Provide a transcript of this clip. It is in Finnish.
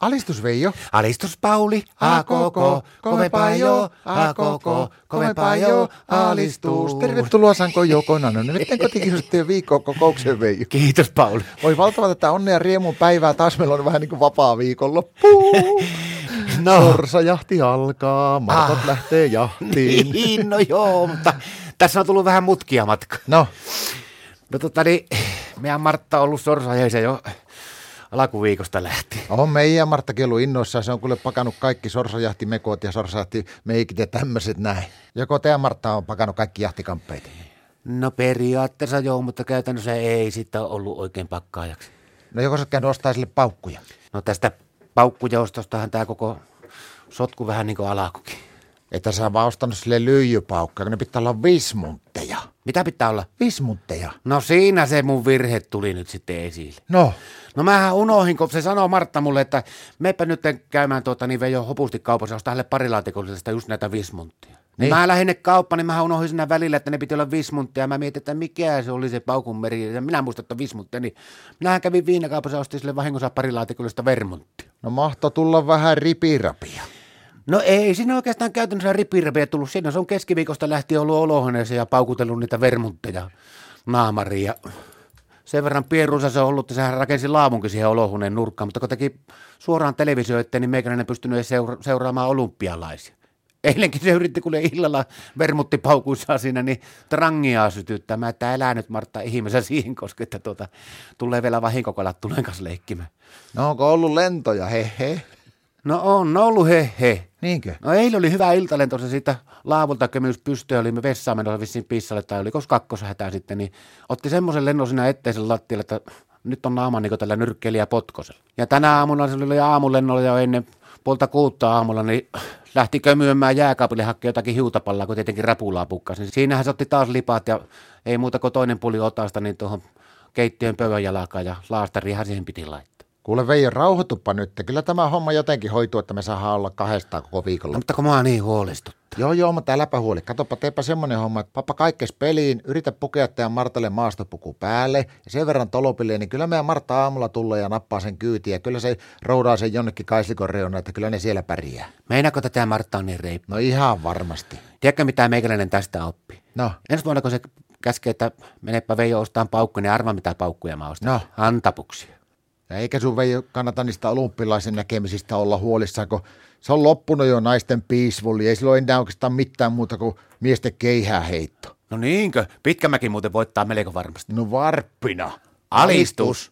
Alistus Veijo. Alistus Pauli, a koko, kovempaa jo, a koko, kovempaa jo, alistus. Tervetuloa Sanko Jouko Nanonen. Miten kotikiusattujen viikon kokoukseen Veijo? Kiitos Pauli. Voi valtava tätä onnea ja riemun päivää. Taas meillä on vähän niin kuin vapaa viikonloppu. No. Sorsajahti alkaa, markot Ah. lähtee jahtiin. Niin, no joo, mutta tässä on tullut vähän mutkia matka. No, No tota niin, meidän Martta on ollut sorsaheissa jo alkuviikosta lähtien. on meidän Marttakin ollut innoissaan. Se on kuule pakannut kaikki sorsajahtimekot ja sorsajahtimeikit ja tämmöiset näin. Joko tämä Martta on pakannut kaikki jahtikamppeita? No periaatteessa joo, mutta käytännössä ei sitä ollut oikein pakkaajaksi. No joko sä oot käynyt ostaa sille paukkuja? No tästä paukkujaostostahan tämä koko sotku vähän niin kuin alakukin. Että sä vaan ostanut sille lyijypaukkuja, kun ne pitää olla vismuntteja. Mitä pitää olla? Vismuntteja? No siinä se mun virhe tuli nyt sitten esille. No, No mähän unohin, kun se sanoo Martta mulle, että meipä nyt käymään tuota niin Veijo hopusti kaupassa, ostaa hänelle pari laatikollista just näitä vismunttia. Niin. Mä lähdin ne kauppaan, niin mä unohdin siinä välillä, että ne piti olla vismunttia. Mä mietin, että mikä se oli se paukunmeri. Ja minä muistan, että vismunttia. Niin minähän kävin viinakaupassa ja ostin sille vahingossa pari laatikollista vermunttia. no mahto tulla vähän ripirapia. No ei siinä oikeastaan käytännössä ripirveä tullut. Siinä se on keskiviikosta lähtien ollut olohuoneessa ja paukutellut niitä vermuntteja naamariin. Ja sen verran pierunsa se on ollut, että sehän rakensi laamunkin siihen olohuoneen nurkkaan, mutta kun teki suoraan televisio eteen, niin meikäläinen pystynyt edes seura- seuraamaan olympialaisia. Eilenkin se yritti kuule illalla vermuttipaukuissaan siinä, niin trangiaa sytyttämään, että älä nyt Martta ihmeessä siihen, koska että tuota, tulee vielä vahinkokalat tulen kanssa leikkimään. No onko ollut lentoja, he he? No on ollut he he. Niinkö? No eilen oli hyvä iltalento se siitä laavulta kömyys pystyä, oli me vessaan menossa vissiin pissalle tai oliko kakkoshätää sitten, niin otti semmoisen lennon siinä etteisen lattialle, että nyt on naama niin tällä nyrkkeilijä potkosella. Ja tänä aamuna se oli aamulennolla jo ennen puolta kuutta aamulla, niin lähti kömyämään jääkaapille hakkeen jotakin hiutapallaa, kun tietenkin rapulaa pukkasi. Niin Siinähän se otti taas lipat ja ei muuta kuin toinen puli otasta, niin tuohon keittiön pöydän jalakaan ja laastarihan siihen piti laittaa. Kuule Veijo, rauhoituppa nyt. Kyllä tämä homma jotenkin hoituu, että me saadaan olla kahdestaan koko No, viikolla. mutta kun mä oon niin huolestunut. Joo, joo, mutta äläpä huoli. Katoppa, teepä semmonen homma, että pappa kaikkes peliin, yritä pukea teidän Martalle maastopuku päälle ja sen verran tolopille, niin kyllä meidän Martta aamulla tulee ja nappaa sen kyytiä. Kyllä se roudaa sen jonnekin kaislikon reunaan, että kyllä ne siellä pärjää. Meinaako tätä Martta on niin reippä? No ihan varmasti. Tiedätkö mitä meikäläinen tästä oppi? No, Ensi vuonna kun se käskee, että menepä Veijo ostaan paukkuja, niin arva mitä paukkuja mä ostan. No. Antapuksia. ja eikä sun Veijo kannata niistä olympilaisen näkemisistä olla huolissaan, kun se on loppunut jo naisten piisvulli. Ei silloin enää oikeastaan mitään muuta kuin miesten keihää heitto. No niinkö? Pitkämäkin muuten voittaa melko varmasti. No varppina. Alistus.